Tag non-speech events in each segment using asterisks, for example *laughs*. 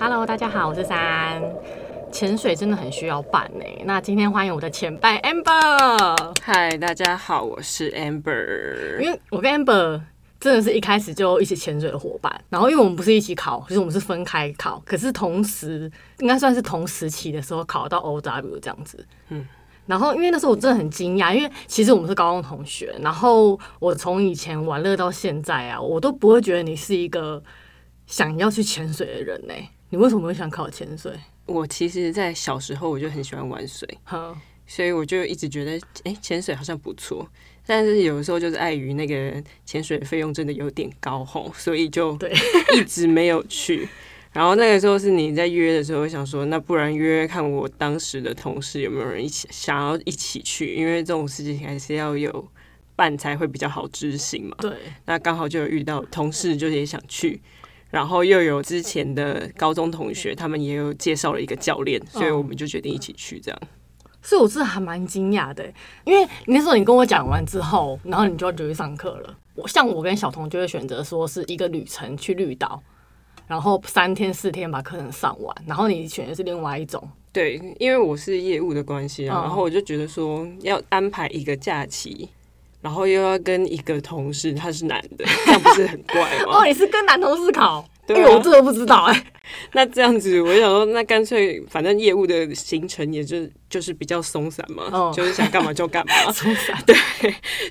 Hello，大家好，我是三。潜水真的很需要伴呢、那今天欢迎我的前伴 Amber，嗨，大家好，我是 Amber。因为我跟 Amber 真的是一开始就一起潜水的伙伴。然后因为我们不是一起考，就是我们是分开考，可是同时应该算是同时期的时候考到 OW 这样子。嗯嗯。然后，因为那时候我真的很惊讶，因为其实我们是高中同学。然后我从以前玩乐到现在啊，我都不会觉得你是一个想要去潜水的人呢、欸你为什么会想考潜水？我其实，在小时候我就很喜欢玩水，哼，所以我就一直觉得，哎、潜水好像不错。但是有的时候就是碍于那个潜水费用真的有点高吼，所以就对一直没有去。然后那个时候是你在约的时候，想说那不然约约看我当时的同事有没有人一起想要一起去，因为这种事情还是要有伴才会比较好执行嘛。对，那刚好就有遇到同事，就是也想去，然后又有之前的高中同学，他们也有介绍了一个教练，所以我们就决定一起去这样。所以我是还蛮惊讶的，因为那时候你跟我讲完之后，然后你就要去上课了。我像我跟小童就会选择说是一个旅程去绿岛，然后三天四天把课程上完，然后你选的是另外一种，对，因为我是业务的关系啊，嗯然后我就觉得说要安排一个假期，然后又要跟一个同事，他是男 *laughs* 的，这样不是很怪哦，吗？你是跟男同事考，因对啊为我这个不知道哎、 *laughs* 那这样子，我就想说，那干脆反正业务的行程也就就是比较松散嘛，哦就是想干嘛就干嘛，松散对，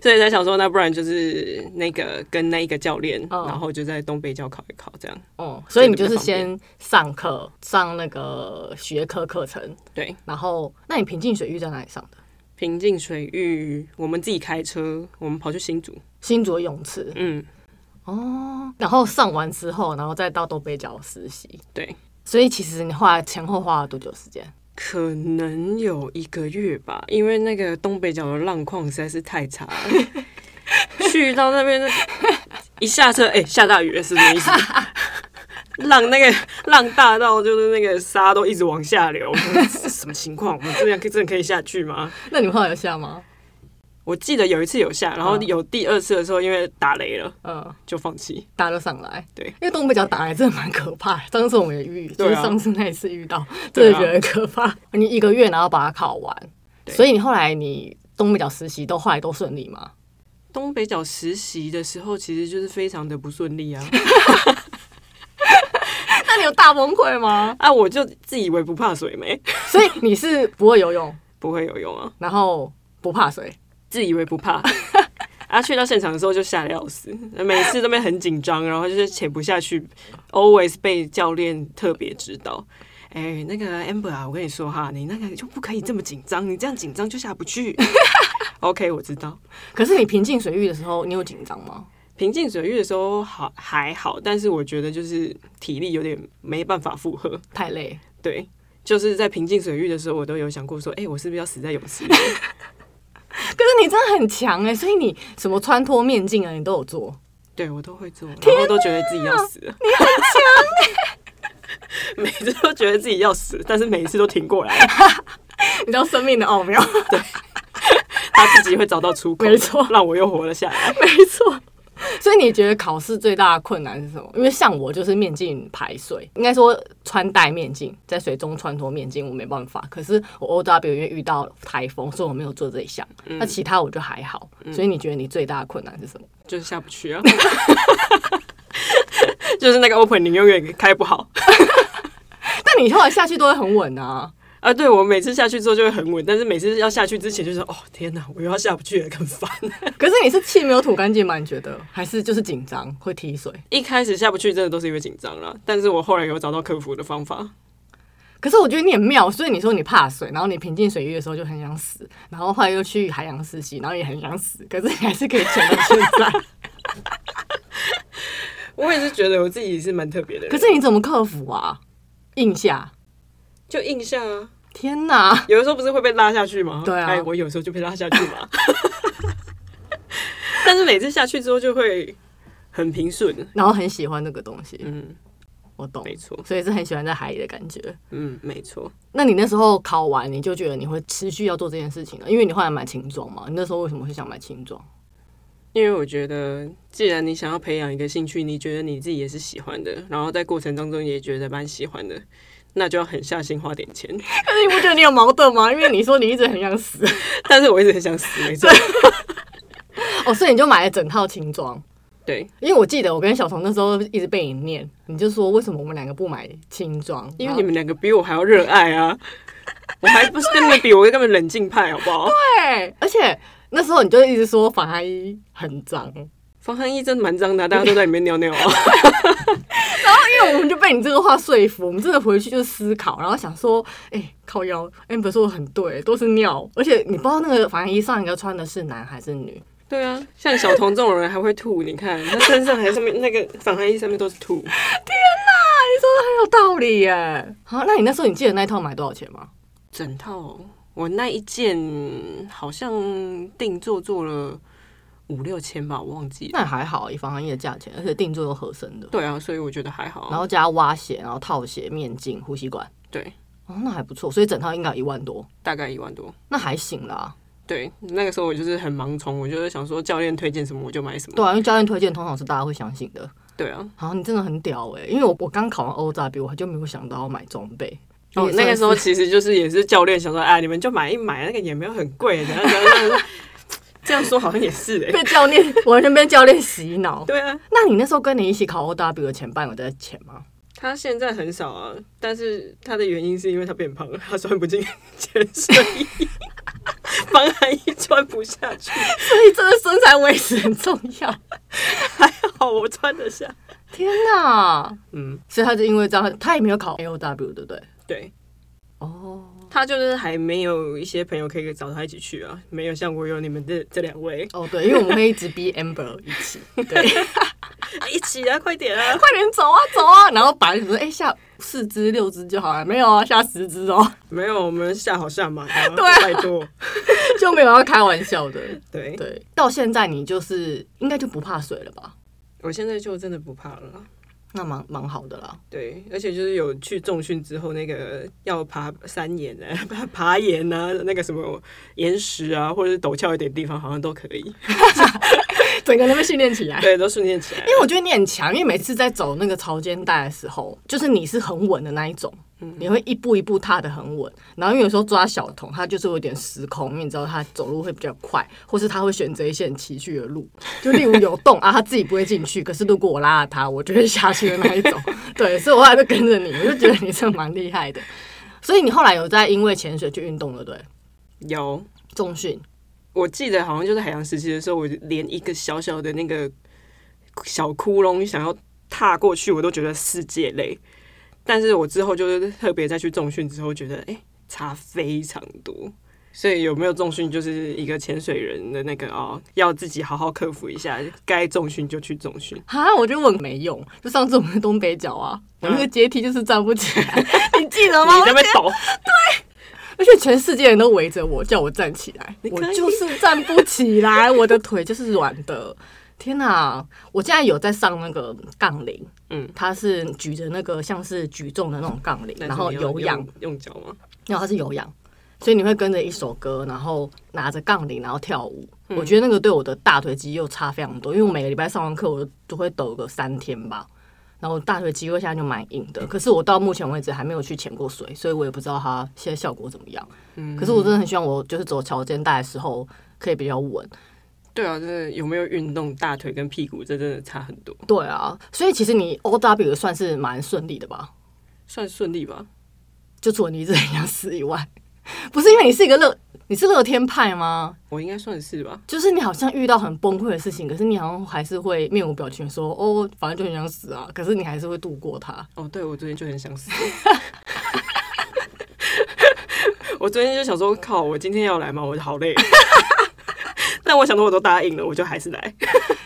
所以才想说，那不然就是那个跟那一个教练，哦然后就在东北角考一考这样。哦、所以你就是这个比较先上课上那个学科课程，对，然后那你平静水域在哪里上的？平静水域，我们自己开车，我们跑去新竹，新竹的泳池嗯，哦，然后上完之后，然后再到东北角实习，对，所以其实你花前后花了多久时间？可能有一个月吧，因为那个东北角的浪况实在是太差了，去到那边 *laughs* 一下车，哎、下大雨了是什么意思？ *laughs* 浪那个浪大到就是那个沙都一直往下流，我说这什么情况？我们这样可以真的可以下去吗？ *laughs* 那你们后来有下吗？我记得有一次有下，然后嗯有第二次的时候，因为打雷了嗯，就放弃。大家都上来。对因为东北角打来真的蛮可怕的。上次我们也遇，就对啊是上次那一次遇到，真对的啊觉得很可怕。你一个月然后把它考完，对所以你后来你东北角实习都后来都顺利吗？东北角实习的时候，其实就是非常的不顺利啊！ *laughs* 那你有大崩溃吗？ *laughs* 啊，我就自以为不怕水没， *laughs* 所以你是不会游泳，不会游泳啊，然后不怕水，自以为不怕。 *laughs* 啊，去到现场的时候就吓得要死，每次都被很紧张，然后就是潜不下去，always 被教练特别指导。哎、那个 Amber 啊，我跟你说哈，你那个就不可以这么紧张，你这样紧张就下不去。OK，我知道。可是你平静水域的时候，你有紧张吗？平静水域的时候好还好，但是我觉得就是体力有点没办法负荷。太累，对，就是在平静水域的时候，我都有想过说，哎、我是不是要死在泳池里？ *laughs* 可是你真的很强哎、所以你什么穿脱面镜啊，你都有做。对我都会做，然后都觉得自己要死了。你欸很强、 *laughs* 每次都觉得自己要死，但是每一次都挺过来了，你知道生命的奥妙，他自己会找到出口，没错让我又活了下来。 *laughs* 没错。所以你觉得考试最大的困难是什么？因为像我就是面镜排水，应该说穿戴面镜，在水中穿脱面镜我没办法。可是我 OW 因为遇到台风，所以我没有做这一项。那其他我就还好。所以你觉得你最大的困难是什么？就是下不去啊， *laughs* 就是那个 open 你永远开不好。但你后来下去都会很稳啊。啊，对，我每次下去之后就会很稳，但是每次要下去之前就是哦，天哪，我又要下不去了，更烦。 *laughs* 可是你是气没有吐干净吗？你觉得还是就是紧张会踢水？一开始下不去真的都是因为紧张啦，但是我后来有找到克服的方法。可是我觉得你很妙，所以你说你怕水，然后你平静水域的时候就很想死，然后后来又去海洋实习，然后也很想死，可是你还是可以潜到现在。我也是觉得我自己是蛮特别的人，可是你怎么克服啊？印下，就印象啊，天哪！有的时候不是会被拉下去吗？对啊哎，我有时候就被拉下去嘛。 *laughs* 但是每次下去之后就会很平顺，然后很喜欢这个东西，嗯，我懂，没错，所以是很喜欢在海里的感觉。嗯，没错。那你那时候考完，你就觉因为我觉得，既然你想要培养一个兴趣，你觉得你自己也是喜欢的，然后在过程当中也觉得蛮喜欢的，那就要狠下心花点钱。 *laughs* 但哎是你不觉得你有矛盾 *laughs* 吗？因为你说你一直很想死，但是我一直很想死，没错，哦，所以你就买了整套轻装。对，因为我记得我跟小虫那时候一直被你念，你就说为什么我们两个不买轻装？因为你们两个比我还要热爱啊，我还不是跟你们比，我是根本冷静派，好不好？对，哎而且那时候你就一直说防寒衣很脏，防寒衣真的蛮脏的啊，大家都在里面尿尿啊。因为我们就被你这个话说服，我们真的回去就思考，然后想说，哎、靠腰，amber 说的很对，都是尿，而且你不知道那个防寒衣上一个穿的是男还是女，对啊，像小童这种人还会吐，你看他身上还上面那个防寒衣上面都是吐，你说的很有道理耶。好，那你那时候你记得那一套买多少钱吗？整套哦我那一件好像定做做了五六千吧，我忘记了。那还好，以防寒衣的价钱，而且定做又合身的，对啊，所以我觉得还好。然后加蛙鞋，然后套鞋、面镜、呼吸管，对，哦，那还不错，所以整套应该有一万多，大概一万多。那还行啦。对，那个时候我就是很盲从，我就是想说教练推荐什么我就买什么。对啊，因为教练推荐通常是大家会相信的。对啊，好，你真的很屌哎、因为我我刚考完欧扎比，我就没有想到要买装备。哦也，那个时算候是其实就是也是教练想说，哎，你们就买一买，那个也没有很贵，怎样怎样怎 *laughs* 样。这样说好像也是哎、被教 *laughs* 练完全被教练洗脑。对啊，那你那时候跟你一起考 O W 的前伴有在钱吗？他现在很少啊，但是他的原因是因为他变胖了，他穿不进潜水衣，防寒衣穿不下去。所以真的身材维持很重要。好，我穿得下。天哪！嗯，所以他就因为这样，他也没有考 A O W，对不对？对，哦他就是还没有一些朋友可以找他一起去啊，没有像我有你们这这两位哦，对，因为我们会一直 *laughs* 逼 Amber 一起，对，啊一起啊，快点啊！快点走啊走啊！然后把你说，哎、下四只六只就好了，没有啊，下十只哦， *laughs* 没有，我们下好下满啊，对啊拜托。就没有要开玩笑的。对，对，到现在你就是应该就不怕水了吧？我现在就真的不怕了。那蛮蛮好的啦。对，而且就是有去重训之后，那个要爬山岩啊、 *laughs* 爬爬岩啊，那个什么岩石啊，或者是陡峭一点的地方，好像都可以。整个人被训练起来。对，都训练起来因。为我觉得你很强，因为每次在走那个潮间带的时候，就是你是很稳的那一种，你会一步一步踏得很稳。然后因为有时候抓小童，他就是有点失控，因为你知道他走路会比较快，或是他会选择一些很崎岖的路，就例如有洞 *laughs* 啊，他自己不会进去，可是如果我拉了他，我就会下去的那一种。 *laughs* 对，所以我后来就跟着你，我就觉得你真的蛮厉害的。所以你后来有在因为潜水去运动了，对不对？有，重训我记得好像就是海洋时期的时候，我连一个小小的那个小窟窿想要踏过去，我都觉得世界累。但是我之后就是特别再去重训之后，觉得哎、诶差非常多。所以有没有重训，就是一个潜水人的那个哦，要自己好好克服一下。该重训就去重训。哈，我觉得我很没用。就上次我们东北角啊，我那个阶梯就是站不起来， *laughs* 你记得吗？你在那边抖，而且全世界人都围着我，叫我站起来，你我可以就是站不起来，我的腿就是软的。天哪、我现在有在上那个杠铃，嗯，它是举着那个像是举重的那种杠铃，但是然后你要有氧，用用脚吗？然后它是有氧，所以你会跟着一首歌，然后拿着杠铃，然后跳舞。我觉得那个对我的大腿肌肉差非常多，因为我每个礼拜上完课，我都会抖个三天吧。然后大腿肌肉现在就蛮硬的，可是我到目前为止还没有去潜过水，所以我也不知道它现在效果怎么样。可是我真的很希望我就是走桥间带的时候可以比较稳。对啊，真的有没有运动大腿跟屁股，这真的差很多，对啊，所以其实你 O W 算是蛮顺利的吧？算顺利吧？就除了你一直很想死以外，不是因为你是一个乐，你是乐天派吗？我应该算是吧。就是你好像遇到很崩溃的事情，可是你好像还是会面无表情地说哦，反正就很想死啊，可是你还是会度过 *laughs* 它。哦，对，我昨天就很想死。 *laughs* 我昨天就想说，靠，我今天要来吗？我好累。 *laughs* 但我想说，我都答应了，我就还是来。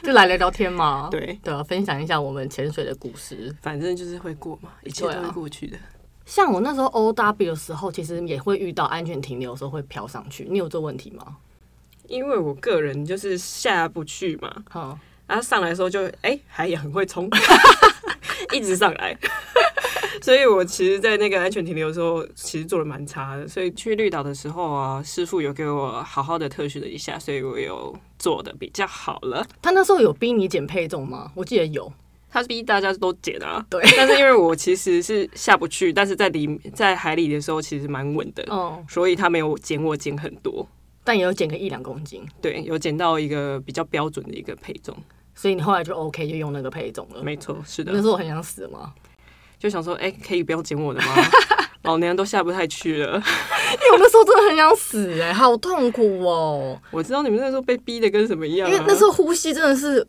就来聊聊天嘛，对对啊，分享一下我们潜水的故事。反正就是会过嘛，一切对啊都会过去的。像我那时候 O W 的时候，其实也会遇到安全停留的时候会飘上去，你有这问题吗？因为我个人就是下不去嘛，哈、啊 *laughs* 然后上来的时候就哎、还也很会冲，一直上来。 *laughs* 所以我其实，在那个安全停留的时候，其实做的蛮差的。所以去绿岛的时候啊，师傅有给我好好的特训了一下，所以我有做的比较好了。他那时候有逼你减配重吗？我记得有，他逼大家都减啊，对。但是因为我其实是下不去，但是在里在海里的时候其实蛮稳的，嗯，所以他没有减我减很多。但也有减个一两公斤，对，有减到一个比较标准的一个配重，所以你后来就 OK，就用那个配重了。没错，是那时的，候我很想死嘛，就想说，哎、可以不要减我 *laughs* 的吗？老娘都下不太去了。因哎为我那时候真的很想死哎、好痛苦哦、我知道你们那时候被逼的跟什么一样、啊，因为那时候呼吸真的是，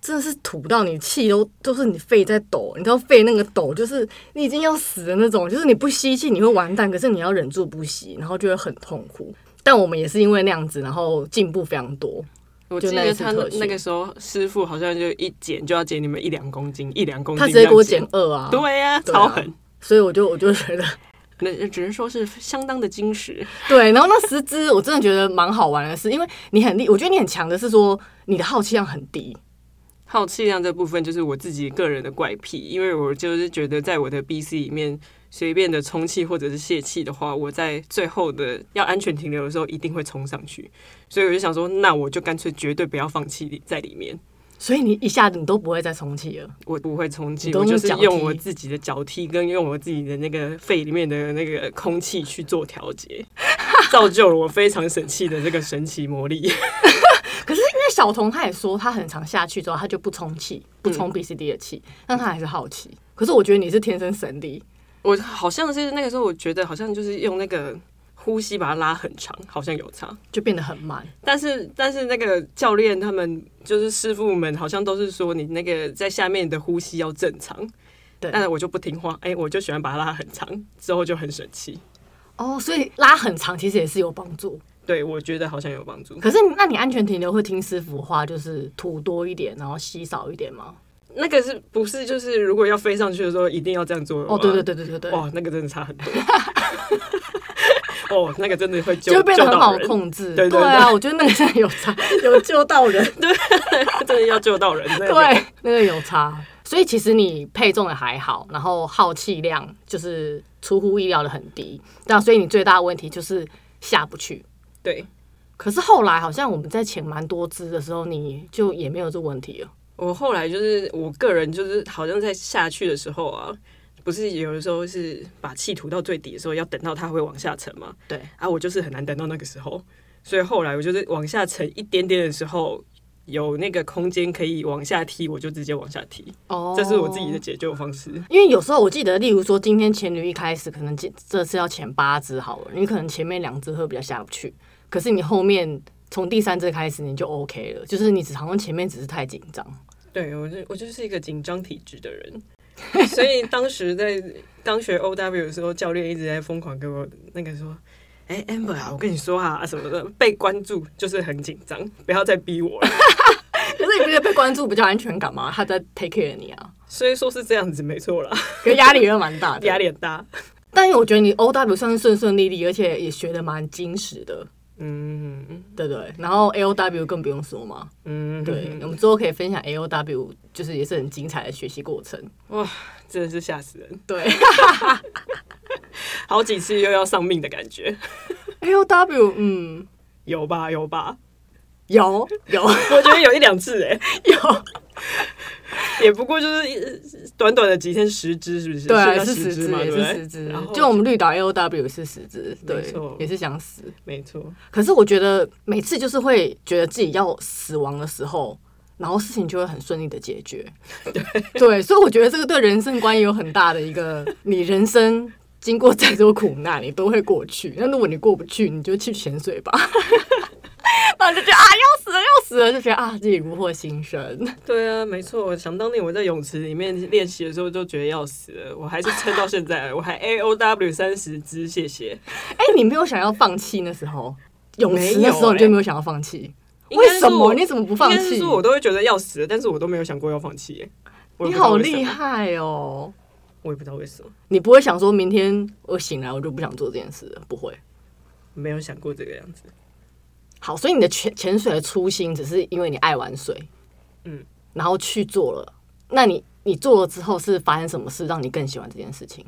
真的是吐到你气都，就是你肺在抖，你知道肺那个抖，就是你已经要死的那种，就是你不吸气你会完蛋，可是你要忍住不吸，然后就会很痛苦。但我们也是因为那样子，然后进步非常多。我就记那一得次他特训那个时候师傅好像就一减就要减你们一两公斤，一两公他斤这直接样，给我减二啊，对呀、对啊超狠。所以我就我就觉得 *laughs* 那只能说是相当的矜持，对，然后那十只我真的觉得蛮好玩的是，因为你很厉，我觉得你很强的是说你的好奇量很低，好气量这部分就是我自己个人的怪癖，因为我就是觉得在我的 BC 里面随便的充气或者是泄气的话，我在最后的要安全停留的时候一定会冲上去，所以我就想说，那我就干脆绝对不要放弃在里面，所以你一下子你都不会再充气了。我不会充气，你都我用就是脚踢用我自己的脚踢跟用我自己的那个肺里面的那个空气去做调节， *laughs* 造就了我非常神奇的这个神奇魔力。 *laughs* 可是因为小童他也说，他很常下去之后，他就不充气，不充 BCD 的气，但他还是好奇。可是我觉得你是天生神力，我好像是那个时候，我觉得好像就是用那个呼吸把它拉很长，好像有差。就变得很慢。但是但是那个教练他们就是师傅们好像都是说你那个在下面的呼吸要正常。对但我就不听话，哎、我就喜欢把它拉很长，之后就很神奇。哦，所以拉很长其实也是有帮助。对，我觉得好像有帮助。可是那你安全停留会听师傅话，就是吐多一点，然后吸少一点吗？那个是不是就是如果要飞上去的时候一定要这样做的哦，话对对对对对对，哇，那个真的差很多。 *laughs* 哦，那个真的会 *laughs* 救就会变得救很到好人，控制。对对对啊，我觉得那个真的有差， *laughs* 有救到人。 *laughs* 真的要救 *laughs* 到人。真的有对，那个有差。所以其实你配重的还好，然后耗气量就是出乎意料的很低，那所以你最大的问题就是下不去。对，可是后来好像我们在潜蛮多只的时候，你就也没有这问题了。我后来就是我个人就是好像在下去的时候啊，不是有的时候是把气吐到最底的时候，要等到它会往下沉嘛。对，啊，我就是很难等到那个时候，所以后来我就是往下沉一点点的时候，有那个空间可以往下踢，我就直接往下踢，哦这是我自己的。解救方式。因为有时候我记得，例如说今天前女一开始可能这这次要前八只好了，你可能前面两只会比较下不去，可是你后面从第三只开始你就 OK 了，就是你只好像前面只是太紧张。对我就我就是一个紧张体质的人，所以当时在刚学 O W 的时候，教练一直在疯狂给我那个说。哎、a m b e r 啊，我跟你说啊，什么的，被关注就是很紧张，不要再逼我了。可是你不觉得被关注比较安全感吗？他在 take care 你啊，所以说是这样子，没错啦，可是压力也蛮大的。压，力很大。但是我觉得你 O W 算是顺顺利利，而且也学的蛮精实的，嗯对不对？然后 A O W 更不用说嘛，嗯，对，我们之后可以分享 A O W，就是也是很精彩的学习过程。哇，真的是吓死人，对好几次又要上命的感觉， *laughs* ，A O W，嗯，有吧有吧？有 *laughs* 有我觉得有一两次哎、有，也不过就是一短短的几天，十只是不是？对啊，也要是十十只只，嘛，也对不是对十只然后，就我们绿岛 A O W 是十只，没对错，也是想死。没错，可是我觉得每次就是会觉得自己要死亡的时候，然后事情就会很顺利的解 *laughs* 决。对所以我觉得这个对人生观也有很大的一个，你人生经过再多苦难，你都会过去。那如果你过不去，你就去潜水 *laughs* 吧。然后就觉得啊，要死了，要死了，就觉得啊，自己无惑新 *laughs* 生。对啊，没错。想当年我在泳池里面练习的时候，就觉得要死了，我还是撑到现在，我还 A O W 三十只，谢谢。哎、你没有想要放弃那时候，泳池没那有时候你哎就没有想要放弃。应该为是什么？我你怎么不放应该是弃？说我都会觉得要死了，但是我都没有想过要放弃耶。我也你不知道好为什厉么，害哦！我也不知道为什么，你不会想说明天我醒来我就不想做这件事了，不会。没有想过这个样子。好，所以你的潜潜水的初心只是因为你爱玩水，嗯，然后去做了。那你你做了之后是发生什么事让你更喜欢这件事情？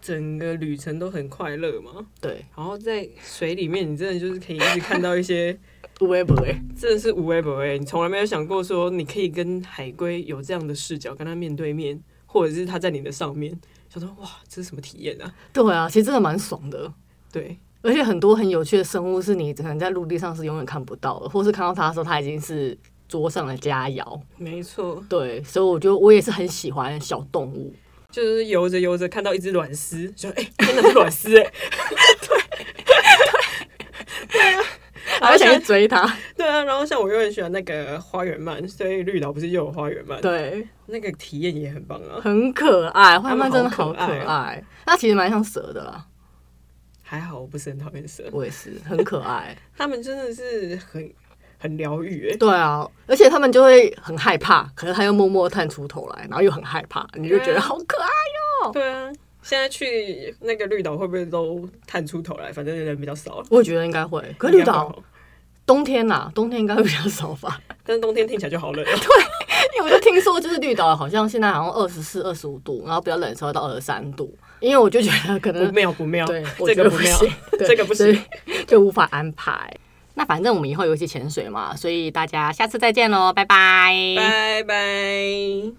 整个旅程都很快乐嘛。对，然后在水里面，你真的就是可以一直看到一些，不会不会，真的是无微不微。你从来没有想过说，你可以跟海龟有这样的视角，跟它面对面，或者是它在你的上面，想说哇，这是什么体验啊？对啊，其实真的蛮爽的。对，而且很多很有趣的生物是你可能在陆地上是永远看不到的，或是看到它的时候，它已经是桌上的佳肴。没错，对，所以我觉得我也是很喜欢小动 *laughs* 物。就是游着游着看到一只卵丝，就哎、真的是卵丝哎、 *laughs* 然后想去追它。对啊，然后像我又很喜欢那个花园漫，所以绿岛不是又有花园漫，对，那个体验也很棒啊。很可爱，花曼真的好可它们好可哦爱。它其实蛮像蛇的啦，还好我不是很讨厌蛇，我也是很可 *laughs* 爱。他们真的是很很疗愈哎。对啊，而且它们就会很害怕，可是它又默默探出头来，然后又很害怕，你就觉对得啊好可爱。哦对啊，现在去那个绿岛会不会都探出头来？反正人比较少。我也觉得应该会，可是绿应该岛会好，冬天呐、冬天应该会比较少 *laughs* 吧。但是冬天听起来就好冷哦。因为我就听说，就是绿岛好像现在好像二十四、二十五度，然后比较冷的时候到二十三度。因为我就觉得可不能妙不 *laughs* 妙，对，我这觉得个不不妙行，， *laughs* 对这个不，所行。以就无法安排。那反正我们以后有一些潜水嘛，所以大家下次再见喽，拜拜拜拜。